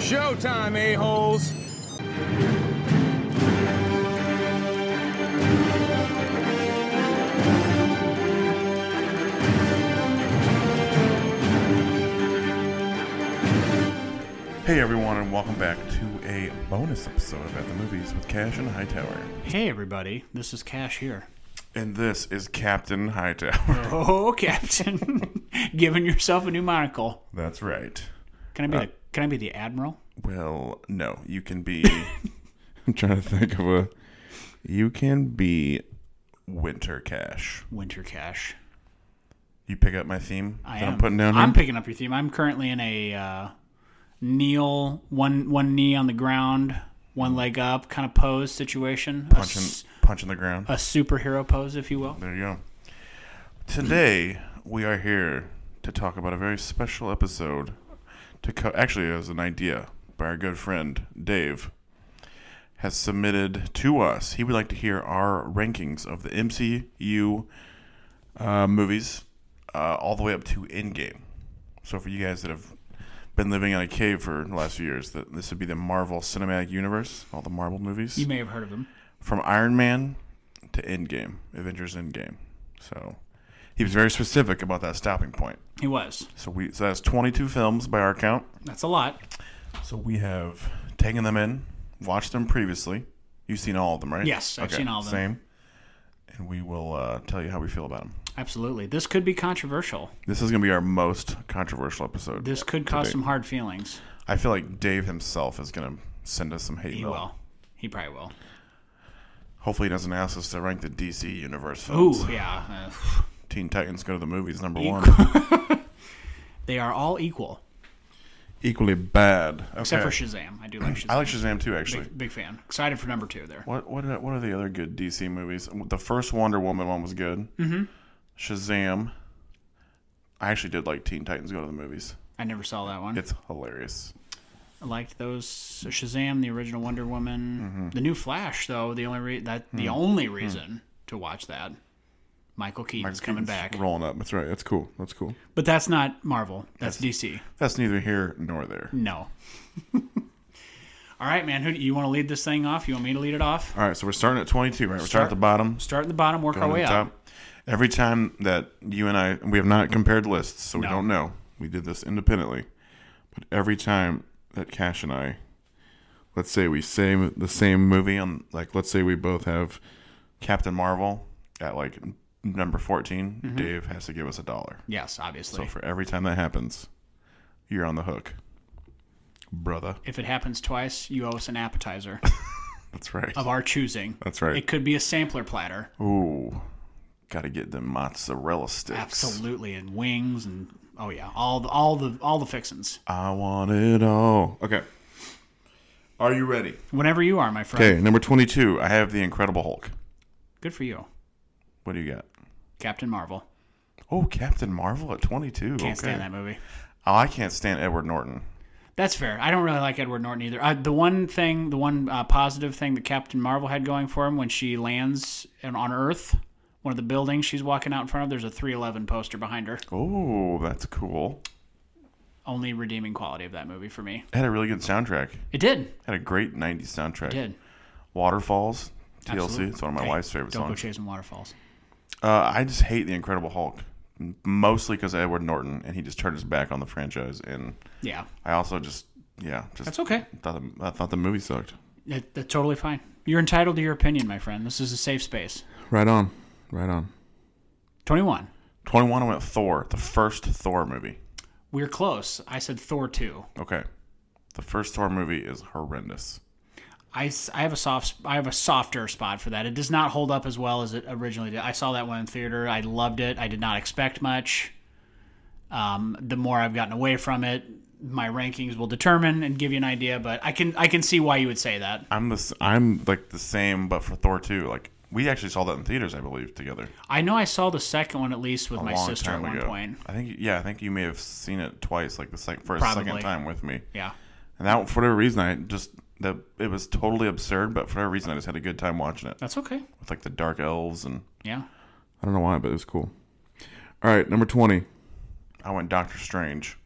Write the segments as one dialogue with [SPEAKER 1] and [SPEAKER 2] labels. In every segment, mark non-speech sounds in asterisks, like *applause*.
[SPEAKER 1] Showtime, a-holes!
[SPEAKER 2] Hey everyone, and welcome back to a bonus episode about the movies with Cash and Hightower.
[SPEAKER 3] Hey, everybody. This is Cash here.
[SPEAKER 2] And this is Captain Hightower. *laughs*
[SPEAKER 3] Oh, *laughs* Captain. *laughs* Giving yourself a new monocle.
[SPEAKER 2] That's right.
[SPEAKER 3] Can
[SPEAKER 2] Uh,
[SPEAKER 3] I be, the, can I be the Admiral?
[SPEAKER 2] Well, no, you can be. *laughs* I'm trying to think of a. You can be Winter Cash.
[SPEAKER 3] Winter Cash.
[SPEAKER 2] You pick up my theme
[SPEAKER 3] I
[SPEAKER 2] that
[SPEAKER 3] am.
[SPEAKER 2] I'm putting down.
[SPEAKER 3] I'm
[SPEAKER 2] here?
[SPEAKER 3] picking up your theme. I'm currently in a uh, kneel, one one knee on the ground, one leg up kind of pose situation. A,
[SPEAKER 2] Hmm. punching,
[SPEAKER 3] s-
[SPEAKER 2] punching the ground.
[SPEAKER 3] a superhero pose, if you will.
[SPEAKER 2] There you go. Today we are here to talk about a very special episode. To co- actually, it was an idea by our good friend Dave. Has submitted to us. He would like to hear our rankings of the MCU uh, movies, uh, all the way up to Endgame. So for you guys that have been living in a cave for the last few years, that this would be the Marvel Cinematic Universe, all the Marvel movies
[SPEAKER 3] You may have heard of him.
[SPEAKER 2] from Iron Man to Endgame, Avengers Endgame. So he was very specific about that stopping point.
[SPEAKER 3] He was.
[SPEAKER 2] So we so that's 22 films by our count.
[SPEAKER 3] That's a lot.
[SPEAKER 2] So we have taken them in, watched them previously. You've seen all of them, right?
[SPEAKER 3] Yes, I've seen all of them.
[SPEAKER 2] Same. And we will uh, tell you how we feel about them.
[SPEAKER 3] Absolutely. This could be controversial.
[SPEAKER 2] This is going to be our most controversial episode.
[SPEAKER 3] This could cause some hard feelings.
[SPEAKER 2] I feel like Dave himself is going to send us some hate
[SPEAKER 3] He
[SPEAKER 2] mail.
[SPEAKER 3] will. He probably will.
[SPEAKER 2] Hopefully, he doesn't ask us to rank the DC universe films.
[SPEAKER 3] Ooh, yeah. Uh,
[SPEAKER 2] Teen Titans Go to the Movies number one.
[SPEAKER 3] *laughs* They are all equal,
[SPEAKER 2] Equally bad.
[SPEAKER 3] except
[SPEAKER 2] Okay.
[SPEAKER 3] for Shazam. I do like Shazam.
[SPEAKER 2] I like Shazam too, actually.
[SPEAKER 3] Big fan. Excited for number two there.
[SPEAKER 2] What what are, what are the other good DC movies? The first Wonder Woman one was good. Mm-hmm. Shazam. I actually did like Teen Titans Go to the Movies.
[SPEAKER 3] I never saw that one.
[SPEAKER 2] It's hilarious.
[SPEAKER 3] I liked those so Shazam, the original Wonder Woman,
[SPEAKER 2] Mm-hmm.
[SPEAKER 3] the new Flash. Though the only re- that
[SPEAKER 2] Hmm.
[SPEAKER 3] the only reason to watch that, Michael Keaton's coming
[SPEAKER 2] It's
[SPEAKER 3] back.
[SPEAKER 2] rolling up. That's right. That's cool. That's cool.
[SPEAKER 3] But that's not Marvel. That's DC.
[SPEAKER 2] That's neither here nor there.
[SPEAKER 3] No. *laughs* all right, man. Who do you want to lead this thing off? You want me to lead it off?
[SPEAKER 2] All right, so we're starting at 22, right? We're starting at the bottom.
[SPEAKER 3] Start at the bottom, work our
[SPEAKER 2] going
[SPEAKER 3] way
[SPEAKER 2] to the
[SPEAKER 3] up.
[SPEAKER 2] top. Every time that you and I, we have not compared lists, so we
[SPEAKER 3] No.
[SPEAKER 2] don't know. We did this independently. But every time that Cash and I, let's say we same the same movie on, like, let's say we both have Captain Marvel at like number 14,
[SPEAKER 3] Mm-hmm.
[SPEAKER 2] Dave has to give us a dollar.
[SPEAKER 3] Yes, obviously.
[SPEAKER 2] So for every time that happens, you're on the hook. Brother.
[SPEAKER 3] if it happens twice, you owe us an appetizer
[SPEAKER 2] That's right.
[SPEAKER 3] of our choosing.
[SPEAKER 2] That's right.
[SPEAKER 3] It could be a sampler platter.
[SPEAKER 2] Ooh. Gotta get them mozzarella sticks.
[SPEAKER 3] Absolutely, and wings and oh yeah, all the all the all the fixins.
[SPEAKER 2] I want it all. Okay. Are you ready?
[SPEAKER 3] Whenever you are, my friend.
[SPEAKER 2] Okay, number 22, I have The Incredible Hulk.
[SPEAKER 3] Good for you,
[SPEAKER 2] What do you got?
[SPEAKER 3] Captain Marvel.
[SPEAKER 2] Oh, Captain Marvel at 22.
[SPEAKER 3] Can't
[SPEAKER 2] okay.
[SPEAKER 3] stand that movie.
[SPEAKER 2] Oh, I can't stand Edward Norton.
[SPEAKER 3] That's fair. I don't really like Edward Norton either. Uh, the one thing, the one uh, positive thing that Captain Marvel had going for him when she lands and on Earth, one of the buildings she's walking out in front of, there's a 311 poster behind her.
[SPEAKER 2] Oh, that's cool.
[SPEAKER 3] Only redeeming quality of that movie for me.
[SPEAKER 2] It had a really good soundtrack. It
[SPEAKER 3] It did.
[SPEAKER 2] had a great 90s soundtrack.
[SPEAKER 3] It did.
[SPEAKER 2] Waterfalls, TLC.
[SPEAKER 3] Absolutely.
[SPEAKER 2] It's one of my
[SPEAKER 3] Hey,
[SPEAKER 2] wife's favorite
[SPEAKER 3] Don't go
[SPEAKER 2] songs.
[SPEAKER 3] chasing waterfalls.
[SPEAKER 2] Uh, I just hate The Incredible Hulk, m- mostly because of Edward Norton, and he just turned his back on the franchise. And
[SPEAKER 3] Yeah,
[SPEAKER 2] I also just, yeah, just
[SPEAKER 3] that's okay.
[SPEAKER 2] thought the, I thought the movie sucked.
[SPEAKER 3] That, that's totally fine. You're entitled to your opinion, my friend. This is a safe space.
[SPEAKER 2] Right on. Right on.
[SPEAKER 3] 21.
[SPEAKER 2] 21, I went Thor, the first Thor movie.
[SPEAKER 3] We're close. I said Thor 2.
[SPEAKER 2] Okay. The first Thor movie is horrendous.
[SPEAKER 3] I, s- I have a soft sp- I have a softer spot for that. It does not hold up as well as it originally did. I saw that one in theater. I loved it. I did not expect much. Um, the more I've gotten away from it, my rankings will determine and give you an idea. But I can I can see why you would say that.
[SPEAKER 2] I'm the s- I'm like the same, but for Thor two, like we actually saw that in theaters, I believe, together.
[SPEAKER 3] I know I saw the second one at least with
[SPEAKER 2] A
[SPEAKER 3] my
[SPEAKER 2] long
[SPEAKER 3] sister at
[SPEAKER 2] time
[SPEAKER 3] one
[SPEAKER 2] ago.
[SPEAKER 3] point.
[SPEAKER 2] I think yeah, I think you may have seen it twice, like the sec- for a second
[SPEAKER 3] Probably.
[SPEAKER 2] time with me.
[SPEAKER 3] Yeah,
[SPEAKER 2] And that for whatever reason, I just that it was totally absurd, but for whatever reason, I just had a good time watching it
[SPEAKER 3] that's okay.
[SPEAKER 2] with like the dark elves and
[SPEAKER 3] Yeah,
[SPEAKER 2] I don't know why, but it was cool. All right, number twenty. I went Doctor Strange.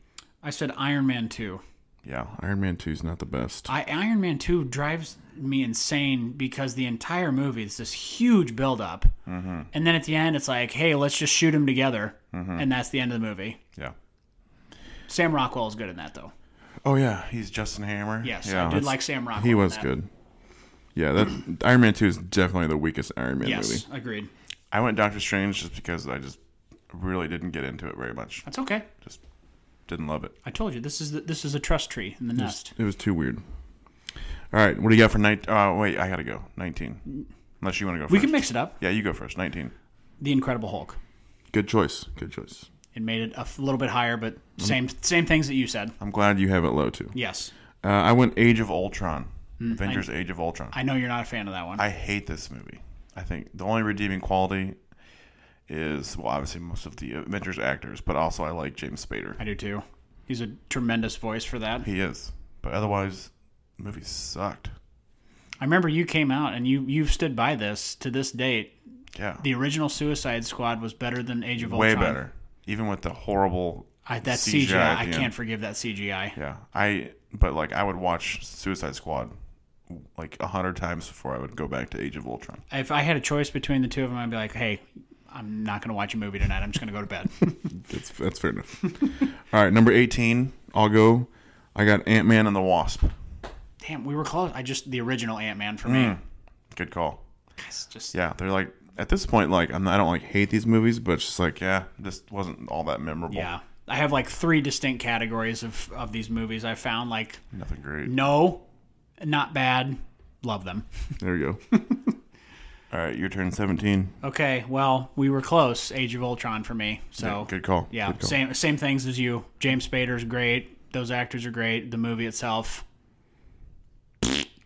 [SPEAKER 3] I said Iron Man two.
[SPEAKER 2] Yeah, Iron Man 2 is not the best.
[SPEAKER 3] I, Iron Man 2 drives me insane because the entire movie is this huge buildup.
[SPEAKER 2] Mm-hmm.
[SPEAKER 3] mm And then at the end, it's like, hey, let's just shoot them together. And that's the end of the movie.
[SPEAKER 2] yeah.
[SPEAKER 3] Sam Rockwell is good in that, though.
[SPEAKER 2] Oh yeah, he's Justin Hammer.
[SPEAKER 3] Yes,
[SPEAKER 2] yeah,
[SPEAKER 3] I did
[SPEAKER 2] that's-
[SPEAKER 3] like Sam Rockwell.
[SPEAKER 2] He
[SPEAKER 3] in
[SPEAKER 2] was
[SPEAKER 3] that.
[SPEAKER 2] good. Yeah, that Iron Man Two is definitely the weakest Iron Man
[SPEAKER 3] Yes,
[SPEAKER 2] movie.
[SPEAKER 3] agreed.
[SPEAKER 2] I went Doctor Strange just because I just really didn't get into it very much.
[SPEAKER 3] That's okay.
[SPEAKER 2] Just didn't love it.
[SPEAKER 3] I told you this is the, this is a trust tree in the nest.
[SPEAKER 2] It was too weird. All right, what do you got for night? Uh, wait, I gotta go. Nineteen. Unless you want to go.
[SPEAKER 3] We
[SPEAKER 2] first.
[SPEAKER 3] can mix it up.
[SPEAKER 2] Yeah, you go first. Nineteen.
[SPEAKER 3] The Incredible Hulk.
[SPEAKER 2] Good choice. Good choice.
[SPEAKER 3] It made it a f- little bit higher, but
[SPEAKER 2] Mm-hmm.
[SPEAKER 3] same same things that you said.
[SPEAKER 2] I'm glad you have it low too.
[SPEAKER 3] Yes,
[SPEAKER 2] Uh, I went Age of Ultron.
[SPEAKER 3] Hmm,
[SPEAKER 2] Avengers: Age of Ultron.
[SPEAKER 3] I know you're not a fan of that one.
[SPEAKER 2] I hate this movie. I think the only redeeming quality is well, obviously most of the Avengers actors, but also I like James Spader.
[SPEAKER 3] I do too. He's a tremendous voice for that.
[SPEAKER 2] He is, but otherwise, the movie sucked.
[SPEAKER 3] I remember you came out and you you've stood by this to this date.
[SPEAKER 2] Yeah,
[SPEAKER 3] The original Suicide Squad was better than Age of
[SPEAKER 2] way
[SPEAKER 3] Ultron.
[SPEAKER 2] better. Even with the horrible
[SPEAKER 3] I, that
[SPEAKER 2] CGI
[SPEAKER 3] CGI,
[SPEAKER 2] at
[SPEAKER 3] I
[SPEAKER 2] the
[SPEAKER 3] can't
[SPEAKER 2] end.
[SPEAKER 3] forgive that CGI.
[SPEAKER 2] yeah, I but like I would watch Suicide Squad like a hundred times before I would go back to Age of Ultron.
[SPEAKER 3] If I had a choice between the two of them, I'd be like, hey, I'm not going to watch a movie tonight. I'm just going to go
[SPEAKER 2] *laughs*
[SPEAKER 3] to bed.
[SPEAKER 2] That's that's fair enough. *laughs* All right, number eighteen. I'll go. I got Ant Man and the Wasp.
[SPEAKER 3] Damn, we were close. I just the original Ant Man for me.
[SPEAKER 2] Good call.
[SPEAKER 3] It's just
[SPEAKER 2] Mm. yeah, they're like at this point, like I'm, I don't like hate these movies, but it's just like yeah, this wasn't all that memorable.
[SPEAKER 3] yeah. I have like three distinct categories of of these movies. I found like
[SPEAKER 2] nothing great.
[SPEAKER 3] no, not bad, love them.
[SPEAKER 2] There you go. *laughs* all right, your turn. Seventeen.
[SPEAKER 3] Okay, well we were close. Age of Ultron for me. So
[SPEAKER 2] Good call.
[SPEAKER 3] Oh. yeah,
[SPEAKER 2] Good call.
[SPEAKER 3] same same things as you. James Spader's great. Those actors are great. The movie itself.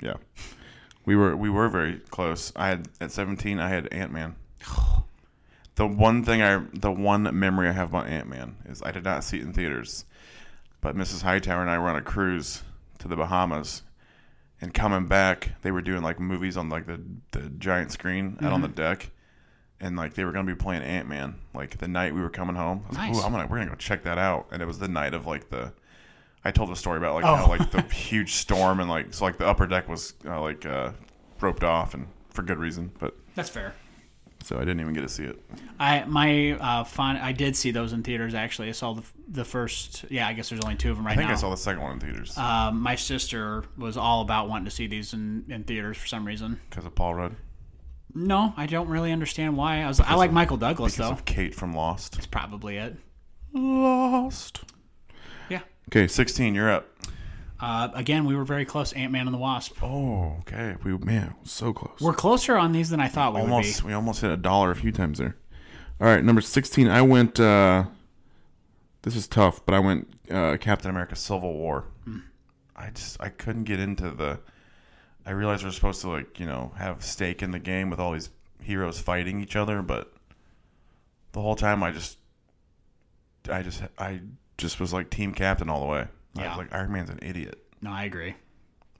[SPEAKER 2] Yeah, we were we were very close. I had at seventeen, I had Ant Man. the one thing I, the one memory I have about Ant Man is I did not see it in theaters, but Mrs. Hightower and I were on a cruise to the Bahamas. And coming back, they were doing like movies on like the, the giant screen out on the deck, and like they were gonna be playing Ant Man like the night we were coming home. I was like,
[SPEAKER 3] Nice.
[SPEAKER 2] "Ooh, I'm gonna we're gonna go check that out. And it was the night of like the I told a story about like how like the huge storm and like so like the upper deck was uh, like uh, roped off and for good reason, but
[SPEAKER 3] That's fair.
[SPEAKER 2] so I didn't even get to see it.
[SPEAKER 3] I my uh, fun. I did see those in theaters actually. I saw the the first. Yeah, I guess there's only two of them right
[SPEAKER 2] I think
[SPEAKER 3] now.
[SPEAKER 2] I saw the second one in theaters
[SPEAKER 3] Um, my sister was all about wanting to see these in, in theaters for some reason.
[SPEAKER 2] because of Paul Rudd,
[SPEAKER 3] No, I don't really understand why. I was I like Michael Douglas
[SPEAKER 2] because
[SPEAKER 3] though.
[SPEAKER 2] of Kate from Lost.
[SPEAKER 3] That's probably it.
[SPEAKER 2] Lost.
[SPEAKER 3] Yeah.
[SPEAKER 2] Okay, sixteen. You're up.
[SPEAKER 3] Uh, again, we were very close. Ant Man and the Wasp.
[SPEAKER 2] Oh, okay. We man, so close.
[SPEAKER 3] We're closer on these than I thought we
[SPEAKER 2] almost.
[SPEAKER 3] would
[SPEAKER 2] We almost hit a dollar a few times there. All right, number sixteen. I went. uh This is tough, but I went uh Captain America: Civil War. I just I couldn't get into the. I realized we're supposed to like you know have stake in the game with all these heroes fighting each other, but the whole time I just, I just I just was like team captain all the way. I
[SPEAKER 3] Yeah.
[SPEAKER 2] was like Iron Man's an idiot.
[SPEAKER 3] be. No, I agree.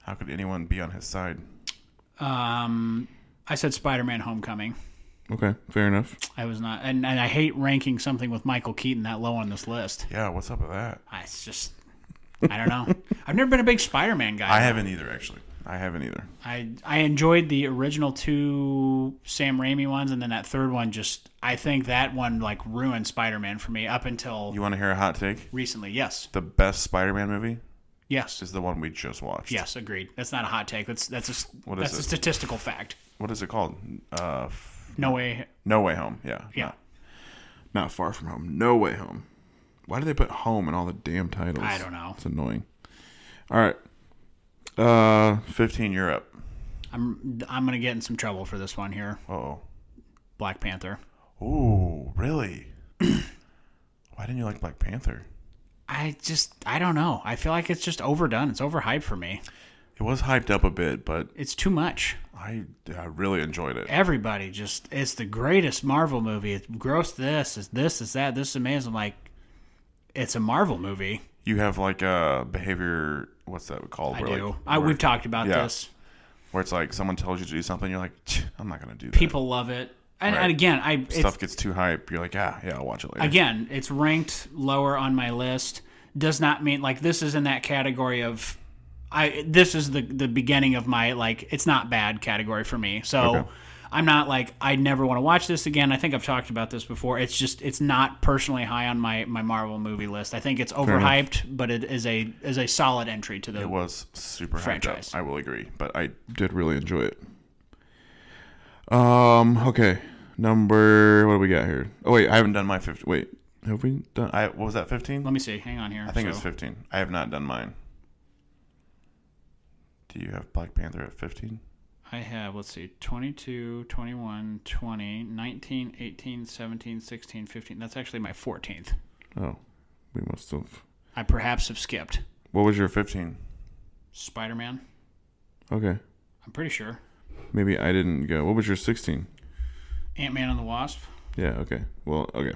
[SPEAKER 2] How could anyone be on his side?
[SPEAKER 3] Um, I said Spider Man Homecoming.
[SPEAKER 4] Okay, fair enough.
[SPEAKER 3] I was not, and, and I hate ranking something with Michael Keaton that low on this list.
[SPEAKER 2] Yeah, what's up with that?
[SPEAKER 3] I, it's just, I
[SPEAKER 2] *laughs*
[SPEAKER 3] don't know. I've never been a big Spider Man guy.
[SPEAKER 2] I haven't either, actually. I haven't either.
[SPEAKER 3] I I enjoyed the original two Sam Raimi ones, and then that third one just I think that one like ruined Spider Man for me up until
[SPEAKER 2] You want to hear a hot take?
[SPEAKER 3] recently. Yes,
[SPEAKER 2] The best Spider-Man movie
[SPEAKER 3] yes,
[SPEAKER 2] is the one we just watched.
[SPEAKER 3] yes. Agreed. That's not a hot take. That's that's a s-
[SPEAKER 2] What is
[SPEAKER 3] that's a
[SPEAKER 2] it?
[SPEAKER 3] statistical fact.
[SPEAKER 2] What is it called? Uh, f-
[SPEAKER 3] No way.
[SPEAKER 2] no Way Home. Yeah.
[SPEAKER 3] Yeah,
[SPEAKER 2] Not, not far from home. No Way Home. Why do they put home in all the damn titles?
[SPEAKER 3] I don't know.
[SPEAKER 2] It's annoying. All right. Uh, fifteen Europe.
[SPEAKER 3] I'm I'm gonna get in some trouble for this one here.
[SPEAKER 2] Oh.
[SPEAKER 3] Black Panther.
[SPEAKER 2] Ooh, really? *clears throat* Why didn't you like Black Panther?
[SPEAKER 3] I just I don't know. I feel like it's just overdone. It's overhyped for me.
[SPEAKER 2] It was hyped up a bit, but
[SPEAKER 3] It's too much.
[SPEAKER 2] I, I really enjoyed it.
[SPEAKER 3] Everybody just it's the greatest Marvel movie. It's gross. This is this is that. This is amazing. I'm like it's a Marvel movie.
[SPEAKER 2] You have like a behavior. What's that called?
[SPEAKER 3] I
[SPEAKER 2] where
[SPEAKER 3] do.
[SPEAKER 2] Like,
[SPEAKER 3] I,
[SPEAKER 2] where,
[SPEAKER 3] we've talked about
[SPEAKER 2] yeah.
[SPEAKER 3] this.
[SPEAKER 2] where it's like someone tells you to do something, you're like, "Tch, I'm not gonna do that.
[SPEAKER 3] People love it, and,
[SPEAKER 2] Right.
[SPEAKER 3] and again, I it's,
[SPEAKER 2] stuff gets too hype. You're like, ah, yeah, I'll watch it later.
[SPEAKER 3] again it's ranked lower on my list. does not mean like this is in that category of I this is the the beginning of my like it's not bad category for me. So
[SPEAKER 2] Okay.
[SPEAKER 3] I'm not like I never want to watch this again. I think I've talked about this before. It's just it's not personally high on my my Marvel movie list. I think it's overhyped, but it is a is a solid entry to the
[SPEAKER 2] It was super
[SPEAKER 3] Franchise.
[SPEAKER 2] franchise. I will agree, but I did really enjoy it. Um. Okay. Number. What do we got here? Oh wait, I haven't done my fifty. Wait, have we done? I what was that fifteen?
[SPEAKER 3] Let me see. Hang on here.
[SPEAKER 2] I think it's fifteen. I have not done mine. Do you have Black Panther at fifteen?
[SPEAKER 3] I have, let's see, 22, 21, 20, 19, 18, 17, 16, 15. That's actually my 14th.
[SPEAKER 2] Oh, we must have.
[SPEAKER 3] I perhaps have skipped
[SPEAKER 2] What was your fifteen?
[SPEAKER 3] Spider Man.
[SPEAKER 2] Okay,
[SPEAKER 3] I'm pretty sure.
[SPEAKER 2] maybe I didn't go. What was your sixteen?
[SPEAKER 3] Ant Man and the Wasp.
[SPEAKER 2] Yeah. Okay. Well. Okay.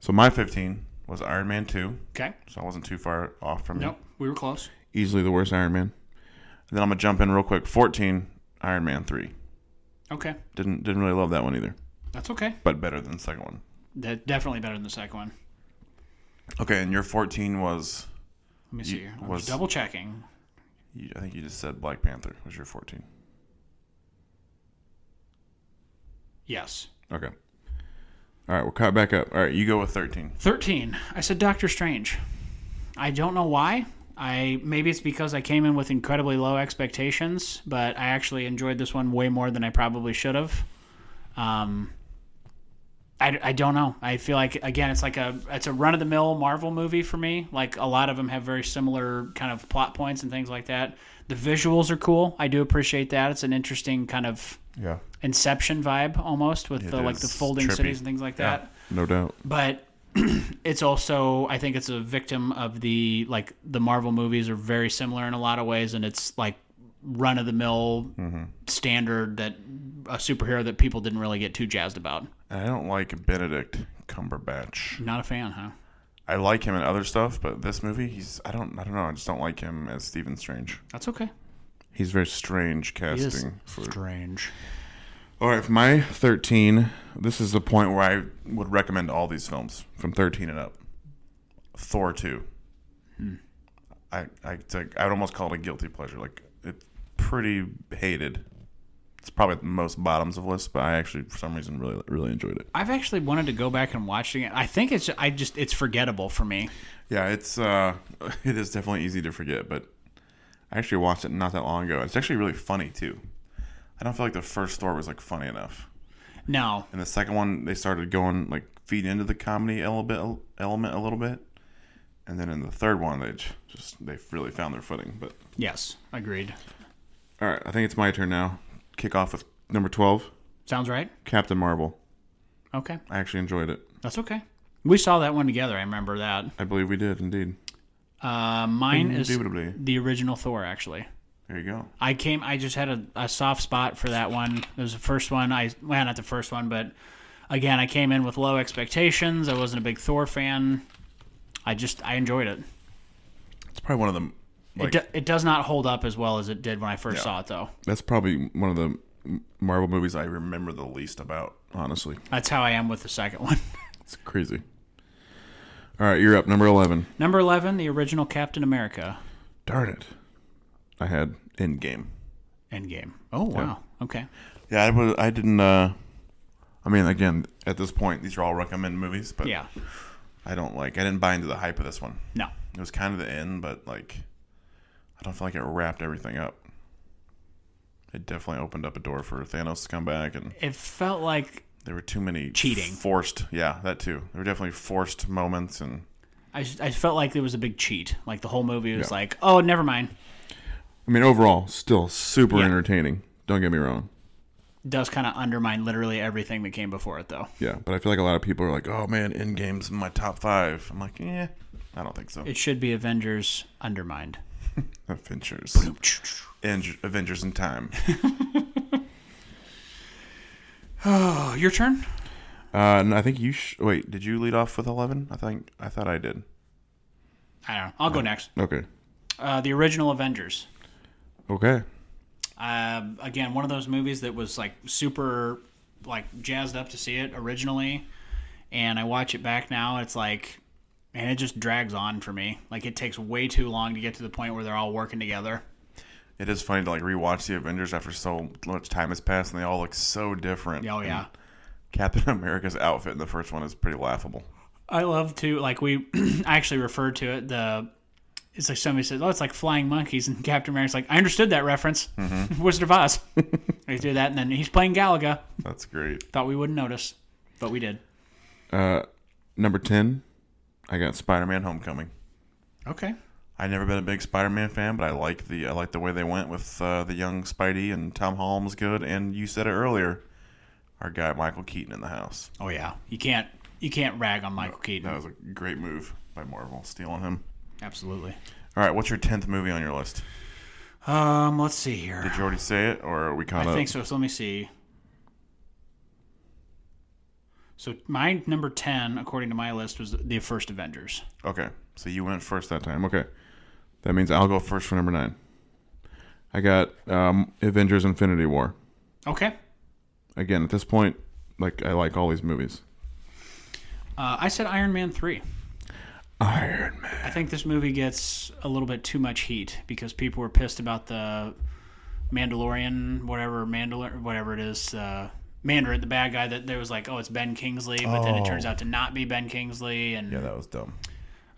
[SPEAKER 2] So my fifteen was Iron Man two,
[SPEAKER 3] Okay.
[SPEAKER 2] so I wasn't too far off from you.
[SPEAKER 3] Nope. We were close.
[SPEAKER 2] easily the worst Iron Man. And then I'm gonna jump in real quick. 14, Iron Man 3.
[SPEAKER 3] Okay.
[SPEAKER 2] Didn't didn't really love that one either,
[SPEAKER 3] That's okay.
[SPEAKER 2] but better than the second one.
[SPEAKER 3] That definitely better than the second one.
[SPEAKER 2] Okay, and your 14 was
[SPEAKER 3] Let me see. here. I was
[SPEAKER 2] was-
[SPEAKER 3] double checking.
[SPEAKER 2] you, I think you just said Black Panther was your 14.
[SPEAKER 3] Yes.
[SPEAKER 2] Okay. All right, we're caught back up. All right, you go with 13.
[SPEAKER 3] 13. I said Doctor Strange. I don't know why. I maybe it's because I came in with incredibly low expectations, but I actually enjoyed this one way more than I probably should have. Um, I, I don't know. I feel like again, it's like a it's a run of the mill Marvel movie for me. Like a lot of them have very similar kind of plot points and things like that. The visuals are cool. I do appreciate that. It's an interesting kind of
[SPEAKER 2] Yeah.
[SPEAKER 3] Inception vibe almost with the like the
[SPEAKER 2] is
[SPEAKER 3] folding
[SPEAKER 2] trippy.
[SPEAKER 3] cities and things like that
[SPEAKER 2] No doubt.
[SPEAKER 3] but *clears throat* it's also I think it's a victim of the like the Marvel movies are very similar in a lot of ways, and it's like run of the mill standard that a superhero that people didn't really get too jazzed about.
[SPEAKER 2] And I don't like Benedict Cumberbatch.
[SPEAKER 3] Not a fan, huh?
[SPEAKER 2] I like him in other stuff, but this movie, he's I don't I don't know, I just don't like him as Stephen Strange.
[SPEAKER 3] That's okay.
[SPEAKER 2] He's very strange
[SPEAKER 3] He
[SPEAKER 2] casting.
[SPEAKER 3] is
[SPEAKER 2] for-
[SPEAKER 3] strange.
[SPEAKER 2] All right, for my 13, this is the point where I would recommend all these films from 13 and up. Thor 2.
[SPEAKER 3] Hmm.
[SPEAKER 2] I, I, it's like- I would almost call it a guilty pleasure. Like, it's pretty hated. It's probably at the most bottoms of list, but I actually, for some reason, really, really enjoyed it.
[SPEAKER 3] I've actually wanted to go back and watch it. again. I think it's I just it's forgettable for me.
[SPEAKER 2] Yeah, it's, uh, *laughs* it is definitely easy to forget, but I actually watched it not that long ago. It's actually really funny, too. I don't feel like the first Thor was, like, funny enough.
[SPEAKER 3] No,
[SPEAKER 2] and the second one they started going like feed into the comedy element element a little bit and then in the third one they j- just they really found their footing but
[SPEAKER 3] yes, agreed.
[SPEAKER 2] all right i think it's my turn now kick off with number 12
[SPEAKER 3] Sounds right.
[SPEAKER 2] captain marvel
[SPEAKER 3] Okay,
[SPEAKER 2] i actually enjoyed it
[SPEAKER 3] that's okay. We saw that one together. I remember that.
[SPEAKER 2] i believe we did indeed
[SPEAKER 3] Uh, mine is
[SPEAKER 2] Indubitably.
[SPEAKER 3] the original Thor, actually.
[SPEAKER 2] there you go
[SPEAKER 3] I came. I just had a, a soft spot for that one. It was the first one. I well, not the first one, but again, I came in with low expectations. I wasn't a big Thor fan. I just I enjoyed it.
[SPEAKER 2] it's probably one of the
[SPEAKER 3] it,
[SPEAKER 2] like,
[SPEAKER 3] do, it does not hold up as well as it did when I first saw it, though.
[SPEAKER 2] that's probably one of the m- marvel movies i remember the least about honestly
[SPEAKER 3] That's how I am with the second one. *laughs*
[SPEAKER 2] it's crazy all right you're up number 11
[SPEAKER 3] Number eleven, the original Captain America
[SPEAKER 2] darn it i had endgame
[SPEAKER 3] Endgame. Oh wow. Okay.
[SPEAKER 2] Yeah, I would. I didn't. Uh, I mean, again, at this point, these are all recommend movies, but
[SPEAKER 3] Yeah.
[SPEAKER 2] I don't like. I didn't buy into the hype of this one.
[SPEAKER 3] No.
[SPEAKER 2] It was kind of the end, but like, I don't feel like it wrapped everything up. It definitely opened up a door for Thanos to come back, and
[SPEAKER 3] It felt like
[SPEAKER 2] there were too many
[SPEAKER 3] Cheating.
[SPEAKER 2] forced. Yeah, that too. There were definitely forced moments, and
[SPEAKER 3] I, just- I felt like there was a big cheat. Like the whole movie was
[SPEAKER 2] Yeah.
[SPEAKER 3] like, oh, never mind.
[SPEAKER 2] I mean, overall, still super
[SPEAKER 3] Yeah.
[SPEAKER 2] entertaining. Don't get me wrong.
[SPEAKER 3] Does kind of undermine literally everything that came before it, though.
[SPEAKER 2] Yeah, but I feel like a lot of people are like, "Oh man, Endgame's in my top five. I'm like, "Yeah, I don't think so."
[SPEAKER 3] It should be Avengers Undermined.
[SPEAKER 2] Adventures. Eng- Avengers in
[SPEAKER 3] *laughs*
[SPEAKER 2] Time.
[SPEAKER 3] Oh, your turn?
[SPEAKER 2] Uh, and I think you sh- wait. Did you lead off with eleven? I think I thought I did.
[SPEAKER 3] I don't know. I'll go next.
[SPEAKER 2] Okay.
[SPEAKER 3] Uh, the original Avengers.
[SPEAKER 2] Okay.
[SPEAKER 3] Uh, again, one of those movies that was like super, like jazzed up to see it originally, and I watch it back now. It's like, and it just drags on for me. Like it takes way too long to get to the point where they're all working together.
[SPEAKER 2] It is funny to like rewatch the Avengers after so much time has passed, and they all look so different.
[SPEAKER 3] Oh
[SPEAKER 2] And
[SPEAKER 3] yeah.
[SPEAKER 2] Captain *laughs* America's outfit in the first one is pretty laughable.
[SPEAKER 3] I love to like we *clears throat* I actually referred to it the it's like somebody says, "Oh, it's like flying monkeys," and *laughs* Captain America's like, "I understood that reference, *laughs* Wizard of Oz." they do that, and then he's playing Galaga.
[SPEAKER 2] That's great.
[SPEAKER 3] Thought we wouldn't notice, but we did.
[SPEAKER 2] Number ten, I got Spider-Man: Homecoming.
[SPEAKER 3] Okay,
[SPEAKER 2] I've never been a big Spider-Man fan, but I like the I like the way they went with uh, the young Spidey and Tom Holland was good. And you said it earlier, our guy Michael Keaton in the house.
[SPEAKER 3] Oh yeah, you can't you can't rag on Michael Keaton.
[SPEAKER 2] That was a great move by Marvel stealing him.
[SPEAKER 3] Absolutely.
[SPEAKER 2] All right, what's your tenth movie on your list?
[SPEAKER 3] Um, let's see here.
[SPEAKER 2] Did you already say it, or are we caught
[SPEAKER 3] I
[SPEAKER 2] up?
[SPEAKER 3] think so. So let me see. So my number ten, according to my list, was the first Avengers.
[SPEAKER 2] Okay, so you went first that time. Okay, that means I'll go first for number nine. I got um, Avengers: Infinity War.
[SPEAKER 3] Okay.
[SPEAKER 2] Again, at this point, like I like all these movies.
[SPEAKER 3] Uh, I said Iron Man three.
[SPEAKER 2] Iron Man.
[SPEAKER 3] I think this movie gets a little bit too much heat because people were pissed about the Mandalorian, whatever Mandalor, whatever it is, uh, Mandarin, the bad guy. That there was like, oh, it's Ben Kingsley, but then it turns
[SPEAKER 2] Oh.
[SPEAKER 3] out to not be Ben Kingsley, and
[SPEAKER 2] Yeah, that was dumb.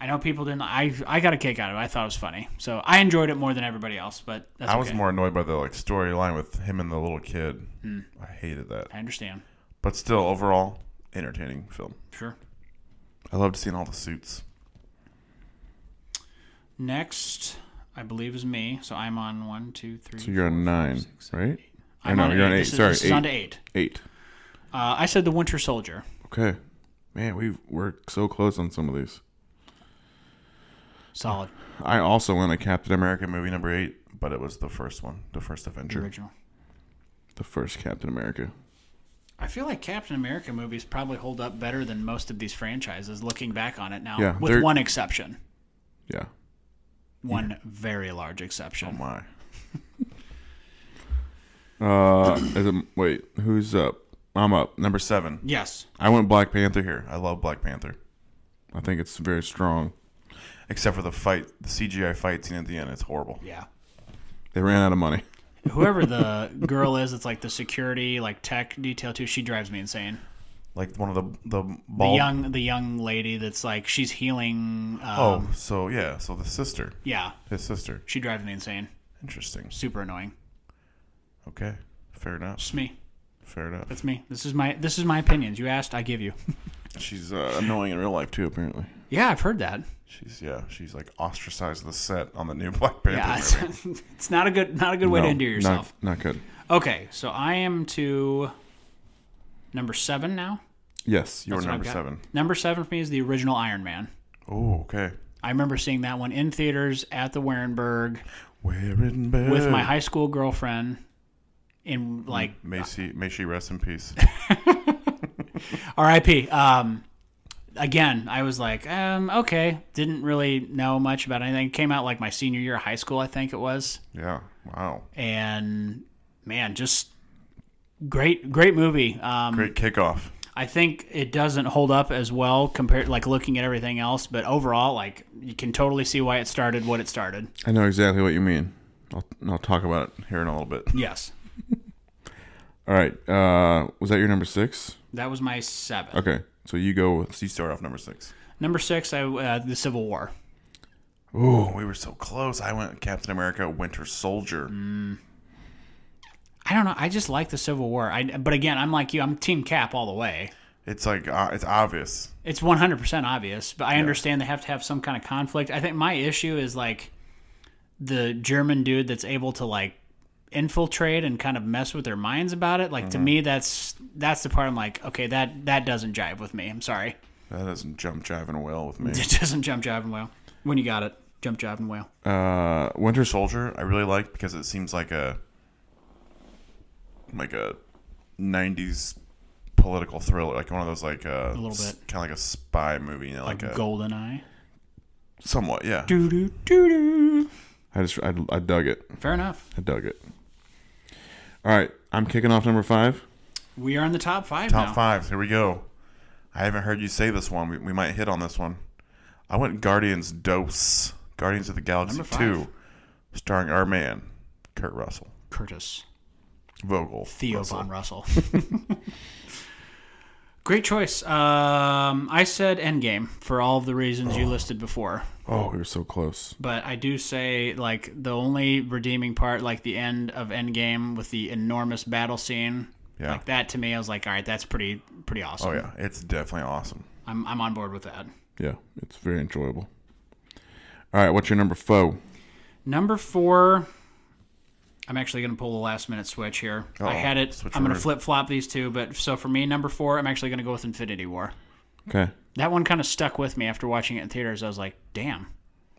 [SPEAKER 3] I know people didn't. I I got a kick out of it. I thought it was funny, so I enjoyed it more than everybody else. But that's
[SPEAKER 2] I was
[SPEAKER 3] okay.
[SPEAKER 2] more annoyed by the like storyline with him and the little kid.
[SPEAKER 3] Hmm.
[SPEAKER 2] I hated that.
[SPEAKER 3] I understand.
[SPEAKER 2] But still, overall, entertaining film.
[SPEAKER 3] Sure.
[SPEAKER 2] I loved seeing all the suits.
[SPEAKER 3] Next, I believe is me. So I'm on one, two, three.
[SPEAKER 2] So you're on nine, right?
[SPEAKER 3] I'm
[SPEAKER 2] no,
[SPEAKER 3] on
[SPEAKER 2] you're
[SPEAKER 3] eight.
[SPEAKER 2] on eight.
[SPEAKER 3] This is-
[SPEAKER 2] Sorry,
[SPEAKER 3] this is
[SPEAKER 2] eight.
[SPEAKER 3] on to eight.
[SPEAKER 2] Eight.
[SPEAKER 3] Uh, I said the Winter Soldier.
[SPEAKER 2] Okay. Man, we we're so close on some of these.
[SPEAKER 3] Solid
[SPEAKER 2] I also went a Captain America movie number eight, but it was the first one, the first Avenger,
[SPEAKER 3] original.
[SPEAKER 2] the first Captain America.
[SPEAKER 3] I feel like Captain America movies probably hold up better than most of these franchises. Looking back on it now,
[SPEAKER 2] Yeah,
[SPEAKER 3] with
[SPEAKER 2] they're-
[SPEAKER 3] one exception,
[SPEAKER 2] Yeah.
[SPEAKER 3] one very large exception.
[SPEAKER 2] Oh My. uh, is it, wait, who's up? I'm up. Number seven.
[SPEAKER 3] Yes,
[SPEAKER 2] I went Black Panther here. I love Black Panther. I think it's very strong. Except for the fight, the CGI fight scene at the end. It's horrible.
[SPEAKER 3] yeah.
[SPEAKER 2] They ran out of money.
[SPEAKER 3] Whoever the girl is, it's like the security, like tech detail too. She drives me insane.
[SPEAKER 2] Like one of the the
[SPEAKER 3] The
[SPEAKER 2] ball.
[SPEAKER 3] young, the young lady that's like she's healing. Um,
[SPEAKER 2] oh, so yeah, so the sister,
[SPEAKER 3] yeah,
[SPEAKER 2] his sister.
[SPEAKER 3] she drives me insane.
[SPEAKER 2] Interesting.
[SPEAKER 3] Super annoying.
[SPEAKER 2] Okay, fair enough.
[SPEAKER 3] It's me.
[SPEAKER 2] Fair enough.
[SPEAKER 3] It's me. This is my this is my opinions. You asked, I give you. *laughs*
[SPEAKER 2] She's uh, annoying in real life too. Apparently,
[SPEAKER 3] yeah, I've heard that.
[SPEAKER 2] she's yeah, she's like ostracized the set on the new *laughs* Black Panther.
[SPEAKER 3] Yeah, *laughs*
[SPEAKER 2] movie.
[SPEAKER 3] it's, it's not a good not a good way to
[SPEAKER 2] No,
[SPEAKER 3] endear yourself.
[SPEAKER 4] Not good.
[SPEAKER 3] Okay, so I am to number seven now.
[SPEAKER 2] Yes, you're
[SPEAKER 3] That's what
[SPEAKER 2] number
[SPEAKER 3] I've got.
[SPEAKER 2] seven.
[SPEAKER 3] Number seven for me is the original Iron Man.
[SPEAKER 2] Oh, okay.
[SPEAKER 3] I remember seeing that one in theaters at the Warenberg
[SPEAKER 2] Wearing bed.
[SPEAKER 3] with my high school girlfriend. In like
[SPEAKER 2] May she, may she rest in
[SPEAKER 3] *laughs*
[SPEAKER 2] peace.
[SPEAKER 3] RIP. Um, again, I was like, um, okay, didn't really know much about anything. Came out like my senior year of high school, I think it was,
[SPEAKER 2] yeah. Wow.
[SPEAKER 3] and man, just great, great movie. Um,
[SPEAKER 2] Great kickoff.
[SPEAKER 3] I think it doesn't hold up as well compared, like looking at everything else. But overall, like you can totally see why it started what it started.
[SPEAKER 2] I know exactly what you mean. I'll, I'll talk about it here in a little bit.
[SPEAKER 3] Yes,
[SPEAKER 2] All right. Uh, was that your number six?
[SPEAKER 3] that was my seven.
[SPEAKER 2] Okay. So you go with. So you start off number six.
[SPEAKER 3] Number six, I uh, the Civil War.
[SPEAKER 2] Ooh, we were so close. I went Captain America, Winter
[SPEAKER 3] Mm.
[SPEAKER 2] Soldier.
[SPEAKER 3] I don't know. I just like the Civil War. I, but again, I'm like you. I'm Team Cap all the way.
[SPEAKER 2] It's like uh, it's obvious.
[SPEAKER 3] It's 100% obvious, but I understand they have to have some kind of conflict. I think my issue is like the German dude that's able to like infiltrate and kind of mess with their minds about it. Like to me that's that's the part I'm like, okay, that that doesn't jive with me. I'm sorry. *laughs*
[SPEAKER 2] That doesn't jump jiving well with me.
[SPEAKER 3] It doesn't jump jive and whale. When you got it, jump jive and whale.
[SPEAKER 2] Uh, Winter Soldier, I really like because it seems like a like a '90s political thriller, like one of those like uh, a
[SPEAKER 3] little bit.
[SPEAKER 2] kind of like a spy movie, you know, like, a
[SPEAKER 3] Golden eye.
[SPEAKER 2] somewhat, yeah.
[SPEAKER 3] Doo doo doo doo.
[SPEAKER 4] I just I, I dug it.
[SPEAKER 3] Fair enough.
[SPEAKER 4] I dug it. All right, I'm kicking off number five.
[SPEAKER 3] We are in the top 5
[SPEAKER 2] Top
[SPEAKER 3] now.
[SPEAKER 2] fives. Here we go. I haven't heard you say this one. We, we might hit on this one. I went Guardians Dose, Guardians of the Galaxy
[SPEAKER 3] Number five.
[SPEAKER 2] Two, starring our man Kurt Russell,
[SPEAKER 3] Curtis
[SPEAKER 2] Vogel,
[SPEAKER 3] Theo
[SPEAKER 2] Russell. *laughs*
[SPEAKER 3] von Russell. Great choice. Um, I said Endgame for all of the reasons you listed before.
[SPEAKER 4] Oh, we were so close.
[SPEAKER 3] but I do say like the only redeeming part, like the end of Endgame with the enormous battle scene,
[SPEAKER 2] Yeah.
[SPEAKER 3] like that to me, I was like, all right, that's pretty pretty awesome.
[SPEAKER 2] Oh yeah, it's definitely awesome.
[SPEAKER 3] I'm I'm on board with that.
[SPEAKER 4] Yeah, it's very enjoyable. All right, what's your number foe?
[SPEAKER 3] Number four, I'm actually gonna pull the last minute switch here. I had it.
[SPEAKER 2] switch
[SPEAKER 3] I'm gonna
[SPEAKER 2] around.
[SPEAKER 3] flip flop these two, but so for me, number four, I'm actually gonna go with Infinity War.
[SPEAKER 4] Okay.
[SPEAKER 3] That one kind of stuck with me after watching it in theaters. I was like, damn.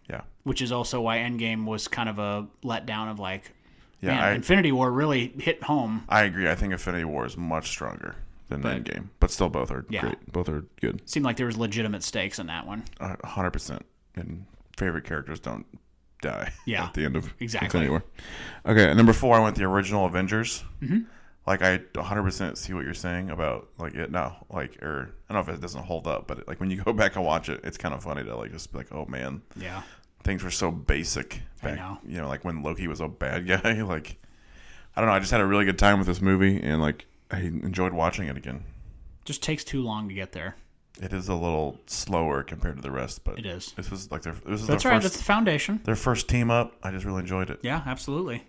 [SPEAKER 2] Yeah,
[SPEAKER 3] Which is also why Endgame was kind of a letdown of like,
[SPEAKER 2] yeah,
[SPEAKER 3] man,
[SPEAKER 2] I,
[SPEAKER 3] Infinity War really hit home.
[SPEAKER 2] I agree. I think Infinity War is much stronger than Endgame, but still both are
[SPEAKER 3] Yeah.
[SPEAKER 2] great.
[SPEAKER 4] Great. Both are good.
[SPEAKER 3] seemed like there was legitimate stakes in that one.
[SPEAKER 2] A hundred percent. And favorite characters don't die. *laughs*
[SPEAKER 3] Yeah.
[SPEAKER 2] at the end of
[SPEAKER 3] Exactly.
[SPEAKER 4] Infinity War. Okay, at number four.
[SPEAKER 2] before I went the original Avengers.
[SPEAKER 3] Mm-hmm.
[SPEAKER 2] Like I 100% see what you're saying about like it now, like or I don't know if it doesn't hold up, but like when you *laughs* go back and watch it, it's kind of funny to like just be like, oh man,
[SPEAKER 3] Yeah.
[SPEAKER 2] things were so basic. Back,
[SPEAKER 3] know.
[SPEAKER 2] You know, like when Loki was a bad *laughs* guy. Like I don't know, I just had a really good time with this movie, and like I enjoyed watching it again.
[SPEAKER 3] Just takes too long to get there.
[SPEAKER 2] It is a little slower compared to the rest, but
[SPEAKER 3] It is.
[SPEAKER 2] This was like their this was
[SPEAKER 3] That's
[SPEAKER 2] their
[SPEAKER 3] right.
[SPEAKER 2] first
[SPEAKER 3] That's the foundation.
[SPEAKER 2] their first team up. I just really enjoyed it.
[SPEAKER 3] Yeah, absolutely.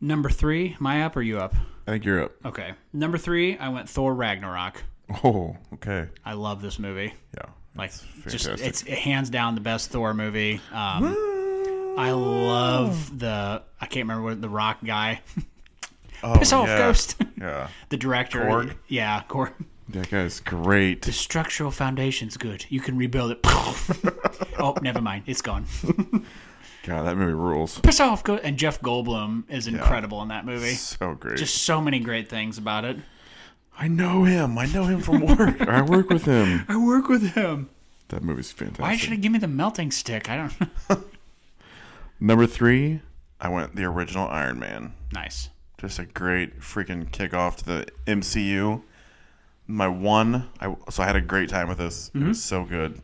[SPEAKER 3] Number three, am I up or you up?
[SPEAKER 4] I think you're up.
[SPEAKER 3] Okay. Number three, I went Thor Ragnarok.
[SPEAKER 4] *laughs* Oh,
[SPEAKER 2] Okay,
[SPEAKER 3] I love this movie.
[SPEAKER 2] yeah,
[SPEAKER 3] Like, just
[SPEAKER 2] fantastic.
[SPEAKER 3] it's hands down the best Thor movie. Um, I love the I can't remember what the Rock guy,
[SPEAKER 2] oh,
[SPEAKER 3] Piss off, Ghost. *laughs*
[SPEAKER 2] yeah.
[SPEAKER 3] the director.
[SPEAKER 2] Korg?
[SPEAKER 3] Yeah, Korg.
[SPEAKER 4] that guy's great.
[SPEAKER 3] The structural foundation's good. You can rebuild it. *laughs* oh, never mind. It's gone.
[SPEAKER 4] God, that movie rules.
[SPEAKER 3] piss off go and jeff goldblum is incredible in that movie
[SPEAKER 2] So great.
[SPEAKER 3] just so many great things about it
[SPEAKER 2] I know him. I know him from
[SPEAKER 3] *laughs*
[SPEAKER 2] work.
[SPEAKER 4] I work with him.
[SPEAKER 3] i work with him
[SPEAKER 4] That movie's fantastic.
[SPEAKER 3] why should it give me the melting stick i don't *laughs*
[SPEAKER 4] Number three.
[SPEAKER 2] I went the original Iron Man.
[SPEAKER 3] nice
[SPEAKER 2] Just a great freaking kickoff to the MCU. My one, I so I had a great time with this.
[SPEAKER 3] Mm-hmm.
[SPEAKER 2] It was so good.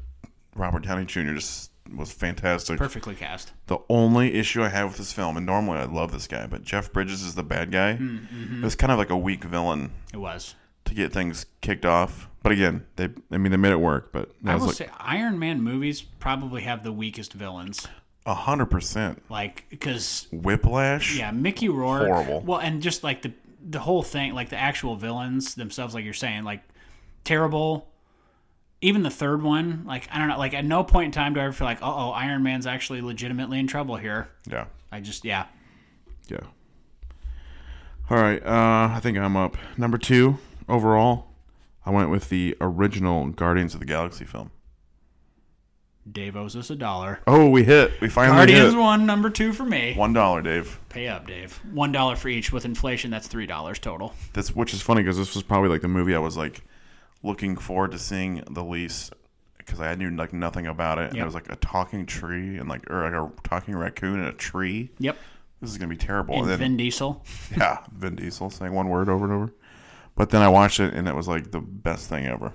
[SPEAKER 2] Robert Downey Jr. just was fantastic.
[SPEAKER 3] perfectly cast
[SPEAKER 2] The only issue I have with this film, and normally I love this guy, but Jeff Bridges is the bad guy.
[SPEAKER 3] Mm, mm-hmm.
[SPEAKER 2] It was kind of like a weak villain
[SPEAKER 3] it was
[SPEAKER 2] to get things kicked off. But again,
[SPEAKER 4] They, I mean, they made it work, but
[SPEAKER 3] i
[SPEAKER 4] that
[SPEAKER 3] will
[SPEAKER 4] was like
[SPEAKER 3] say iron man movies probably have the weakest villains
[SPEAKER 2] hundred percent
[SPEAKER 3] like because
[SPEAKER 2] Whiplash.
[SPEAKER 3] yeah mickey rourke
[SPEAKER 2] Horrible.
[SPEAKER 3] well and just like the the whole thing like the actual villains themselves like you're saying like terrible even the third one like i don't know like at no point in time do i ever feel like uh-oh iron man's actually legitimately in trouble here
[SPEAKER 2] yeah.
[SPEAKER 3] i just yeah
[SPEAKER 4] yeah. All right, uh, I think I'm up. Number two overall. I went with the original Guardians
[SPEAKER 2] To
[SPEAKER 4] of
[SPEAKER 2] the Galaxy film.
[SPEAKER 3] Dave owes us a dollar.
[SPEAKER 4] the. Oh, we hit.
[SPEAKER 2] We finally
[SPEAKER 3] Guardians
[SPEAKER 2] hit
[SPEAKER 3] one, number two for me.
[SPEAKER 2] one dollar, Dave.
[SPEAKER 3] Pay up, Dave. One dollar for each. With inflation, that's three dollars total.
[SPEAKER 2] That's
[SPEAKER 4] Which is funny because this was probably like the movie I was like,
[SPEAKER 2] looking forward to seeing the least because I knew like nothing about it. And
[SPEAKER 3] Yep.
[SPEAKER 2] it was like a talking tree and like or like a talking raccoon and a tree.
[SPEAKER 3] Yep.
[SPEAKER 2] This is gonna be terrible.
[SPEAKER 3] And
[SPEAKER 2] And then
[SPEAKER 3] Vin Diesel.
[SPEAKER 2] *laughs* yeah, Vin Diesel saying one word over and over. But then I watched it and it was like the best thing ever.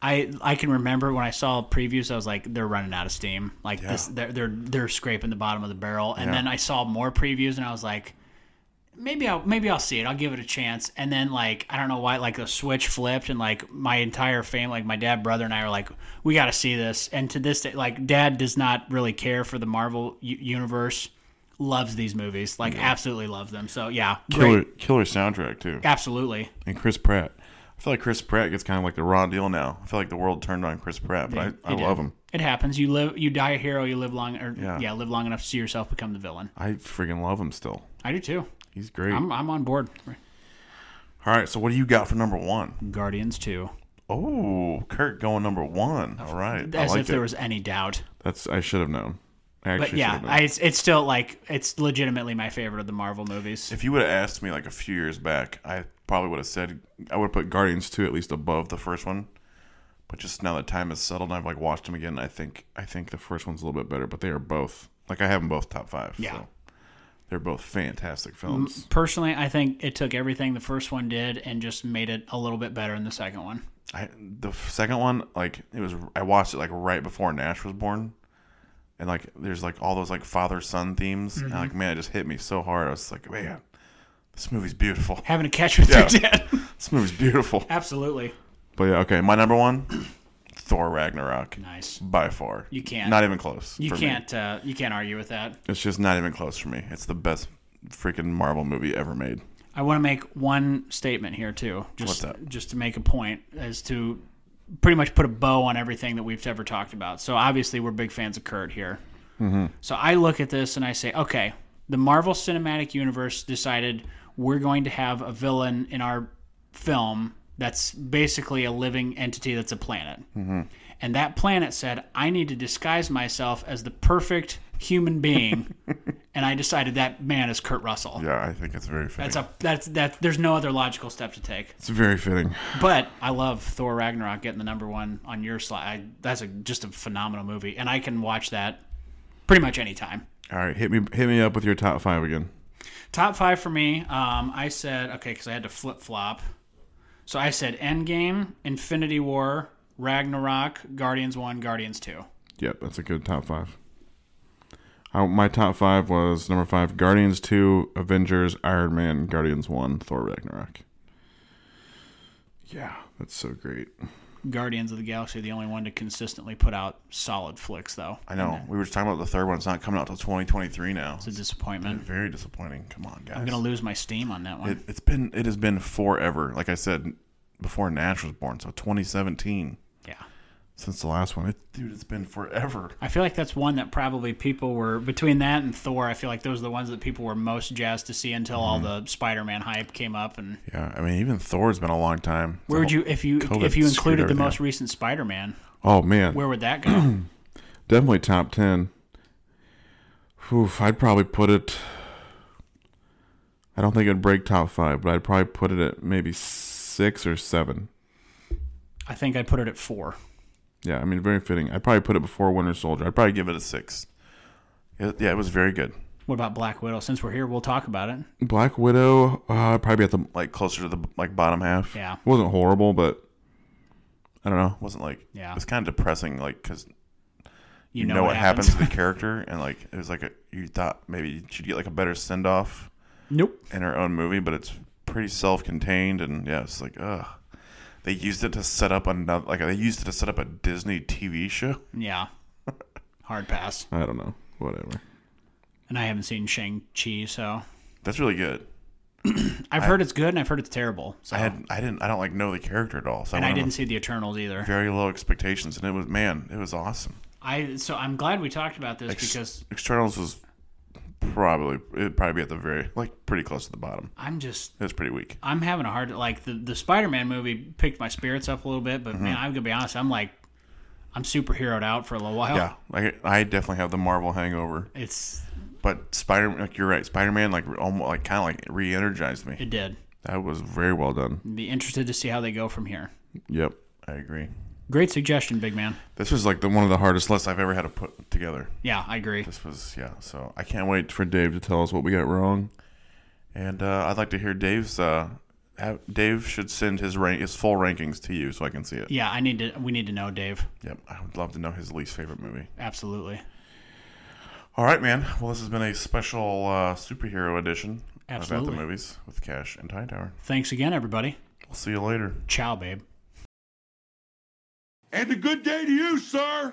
[SPEAKER 3] I I can remember when I saw previews, I was like, they're running out of steam. Like this, they're they're they're scraping the bottom of the barrel. And then I saw more previews, and I was like. Maybe I'll maybe I'll see it. I'll give it a chance. And then like I don't know why like the switch flipped and like my entire family, like my dad, brother, and I were like, we got to see this. And to this day, like dad does not really care for the Marvel u- universe. Loves these movies, like absolutely loves them. So yeah,
[SPEAKER 2] Killer,
[SPEAKER 3] great,
[SPEAKER 2] killer soundtrack too.
[SPEAKER 3] absolutely.
[SPEAKER 2] And Chris Pratt. I feel like Chris Pratt gets kind of like the raw deal now. I feel like the world turned on Chris Pratt, but I, I
[SPEAKER 3] He did.
[SPEAKER 2] love him.
[SPEAKER 3] It happens. You live, you die a hero. You live long, or yeah,
[SPEAKER 2] Yeah.
[SPEAKER 3] live long enough to see yourself become the villain.
[SPEAKER 4] I freaking love him still.
[SPEAKER 3] I do too.
[SPEAKER 4] He's great.
[SPEAKER 3] I'm, I'm on board.
[SPEAKER 2] All right, so what do you got for number one?
[SPEAKER 3] Guardians two.
[SPEAKER 2] Oh, Kurt going number one. All right, I
[SPEAKER 3] As
[SPEAKER 2] like
[SPEAKER 3] if
[SPEAKER 2] it.
[SPEAKER 3] there was any doubt.
[SPEAKER 4] That's I should have known. I actually
[SPEAKER 3] But
[SPEAKER 4] should
[SPEAKER 3] yeah,
[SPEAKER 4] have known.
[SPEAKER 3] I, it's, it's still like it's legitimately my favorite of the Marvel movies.
[SPEAKER 2] If you would have asked me like a few years back, I probably would have said I would have put Guardians two at least above the first one. But just now that time has settled, and I've like watched them again. I think I think the
[SPEAKER 4] the first one's a little bit better, but they are both.
[SPEAKER 2] like I have them both top five.
[SPEAKER 3] Yeah.
[SPEAKER 2] so. they're both fantastic films.
[SPEAKER 3] Personally, I think it took everything the first one did and just made it a little bit better in the second one.
[SPEAKER 2] I the f- second one like it was I watched it like right before Nash was born, and like there's like all those like father son themes. And, like man, it just hit me so hard. I was like, man, this movie's beautiful. *laughs*
[SPEAKER 3] Having a catch with
[SPEAKER 2] Yeah.
[SPEAKER 3] your dad.
[SPEAKER 2] This movie's beautiful.
[SPEAKER 3] *laughs* Absolutely.
[SPEAKER 2] But yeah, okay, my number one, *clears throat* Thor Ragnarok,
[SPEAKER 3] Nice.
[SPEAKER 2] by far.
[SPEAKER 3] You can't.
[SPEAKER 2] Not even close.
[SPEAKER 3] You
[SPEAKER 2] for me.
[SPEAKER 3] can't uh, you can't argue with that.
[SPEAKER 2] It's just not even close for me. It's the best freaking Marvel movie ever made.
[SPEAKER 3] I want to make one statement here too, just
[SPEAKER 2] What's that?
[SPEAKER 3] just to make a point as to pretty much put a bow on everything that we've ever talked about. So obviously we're big fans of Kurt here.
[SPEAKER 2] Mm-hmm.
[SPEAKER 3] So I look at this and I say, okay, the Marvel Cinematic Universe decided we're going to have a villain in our film that's basically a living entity that's a planet.
[SPEAKER 2] Mm-hmm.
[SPEAKER 3] And that planet said, I need to disguise myself as the perfect
[SPEAKER 2] *laughs*
[SPEAKER 3] human being. and I decided that man is Kurt Russell.
[SPEAKER 2] Yeah, I think it's very fitting.
[SPEAKER 3] That's a that's that. There's no other logical step to take.
[SPEAKER 4] It's very fitting.
[SPEAKER 3] But I love Thor Ragnarok getting the number one on your slide. I, that's a, just a phenomenal movie, and I can watch that pretty much anytime.
[SPEAKER 4] All right, hit me hit me up with your top five again.
[SPEAKER 3] Top five for me. Um, I said okay because I had to flip flop. So I said Endgame, Infinity War, Ragnarok, Guardians One, Guardians Two.
[SPEAKER 4] Yep, that's a good top five.
[SPEAKER 2] Uh,
[SPEAKER 4] I, my top five was number five: Guardians Two, Avengers, Iron Man, Guardians One, Thor Ragnarok. Yeah, that's so great.
[SPEAKER 3] Guardians of the Galaxy, the only one to consistently put out solid flicks, though.
[SPEAKER 2] I know. We were just talking about the third one. It's not coming out till 2023 now.
[SPEAKER 3] It's a disappointment.
[SPEAKER 2] Very disappointing. Come on, guys.
[SPEAKER 3] I'm gonna lose my steam on that one.
[SPEAKER 2] it, it's been it has been forever. Like I said, before Nash was born, so 2017
[SPEAKER 3] yeah.
[SPEAKER 2] since the last one. It, dude, it's been forever.
[SPEAKER 3] I feel like that's one that probably people were between that and Thor. I feel like those are the ones that people were most jazzed to see until all
[SPEAKER 2] Mm-hmm.
[SPEAKER 3] the Spider-Man hype came up. And
[SPEAKER 2] Yeah, I mean, even Thor's been a long time.
[SPEAKER 3] where would you, if you,
[SPEAKER 2] COVID
[SPEAKER 3] if you
[SPEAKER 2] screwed
[SPEAKER 3] included the
[SPEAKER 2] everything
[SPEAKER 3] most
[SPEAKER 2] up.
[SPEAKER 3] recent Spider-Man,
[SPEAKER 4] Oh man,
[SPEAKER 3] where would
[SPEAKER 2] *clears throat*
[SPEAKER 3] that go?
[SPEAKER 4] definitely top ten. Whew, I'd probably put it. I don't think it'd break top five, but I'd probably put it at maybe six or seven.
[SPEAKER 3] I think I'd put it at four.
[SPEAKER 4] Yeah, I mean, very fitting. I'd probably put it before Winter Soldier. I'd
[SPEAKER 2] Probably give it a six. It- yeah, it was very good.
[SPEAKER 3] What about Black Widow? Since we're here, we'll talk about it.
[SPEAKER 4] probably, Black Widow. Uh, I'd probably be at the. It
[SPEAKER 2] Like closer to the like bottom half.
[SPEAKER 3] Yeah,
[SPEAKER 4] wasn't horrible, but I don't know.
[SPEAKER 2] wasn't like
[SPEAKER 3] Yeah.
[SPEAKER 2] It was kind of depressing, like because
[SPEAKER 3] you,
[SPEAKER 2] you know, what happens. *laughs* to the character, and like it was like a, you thought maybe she'd get like a better send off
[SPEAKER 3] nope.
[SPEAKER 2] in her own movie, but it's pretty self contained, and yeah, it's like ugh. They used it to set up another, like they used it to set up a Disney TV show.
[SPEAKER 3] Yeah, hard pass.
[SPEAKER 4] I don't know. Whatever.
[SPEAKER 3] And I haven't seen Shang Chi, so
[SPEAKER 2] That's really good.
[SPEAKER 3] I've heard it's good and I've heard it's terrible. So
[SPEAKER 2] I had I didn't I don't like know the character at all, so
[SPEAKER 3] and
[SPEAKER 2] I,
[SPEAKER 3] I
[SPEAKER 2] went in
[SPEAKER 3] didn't
[SPEAKER 2] with
[SPEAKER 3] see the Eternals either.
[SPEAKER 2] very low expectations, and it was man, it was awesome.
[SPEAKER 3] I so I'm glad we talked about this because
[SPEAKER 2] Externals was probably it'd probably be at the very like pretty close to the bottom.
[SPEAKER 3] I'm just
[SPEAKER 2] It was pretty weak.
[SPEAKER 3] I'm having a hard like the the Spider Man movie picked my spirits up a little bit, but man, I'm gonna be honest, I'm like I'm superheroed out for a little while.
[SPEAKER 2] Yeah, like I definitely have the Marvel hangover.
[SPEAKER 3] It's
[SPEAKER 2] But Spider, like you're right, Spider Man, like almost, like kind of like re-energized me.
[SPEAKER 3] it did.
[SPEAKER 4] That was very well done.
[SPEAKER 3] Be interested to see how they go from here.
[SPEAKER 4] Yep.
[SPEAKER 2] I agree.
[SPEAKER 3] Great suggestion, big man.
[SPEAKER 2] This was like the one of the hardest lists I've ever had to put together.
[SPEAKER 3] Yeah, I agree.
[SPEAKER 2] This was yeah. So I can't wait for,
[SPEAKER 4] For Dave to tell us what we got wrong.
[SPEAKER 2] and uh, I'd like to hear Dave's. Uh, have, Dave should send his rank, his full rankings to you so I can see it.
[SPEAKER 3] Yeah, I need to. We need to know, Dave.
[SPEAKER 2] Yep, I would love to know his least favorite movie.
[SPEAKER 3] Absolutely,
[SPEAKER 2] All right, man. Well, this has been a special uh, superhero edition
[SPEAKER 3] Absolutely.
[SPEAKER 2] about the movies with Cash and Hightower.
[SPEAKER 3] thanks again, everybody.
[SPEAKER 2] We'll see you later.
[SPEAKER 3] Ciao, babe.
[SPEAKER 5] And a good day to you, sir.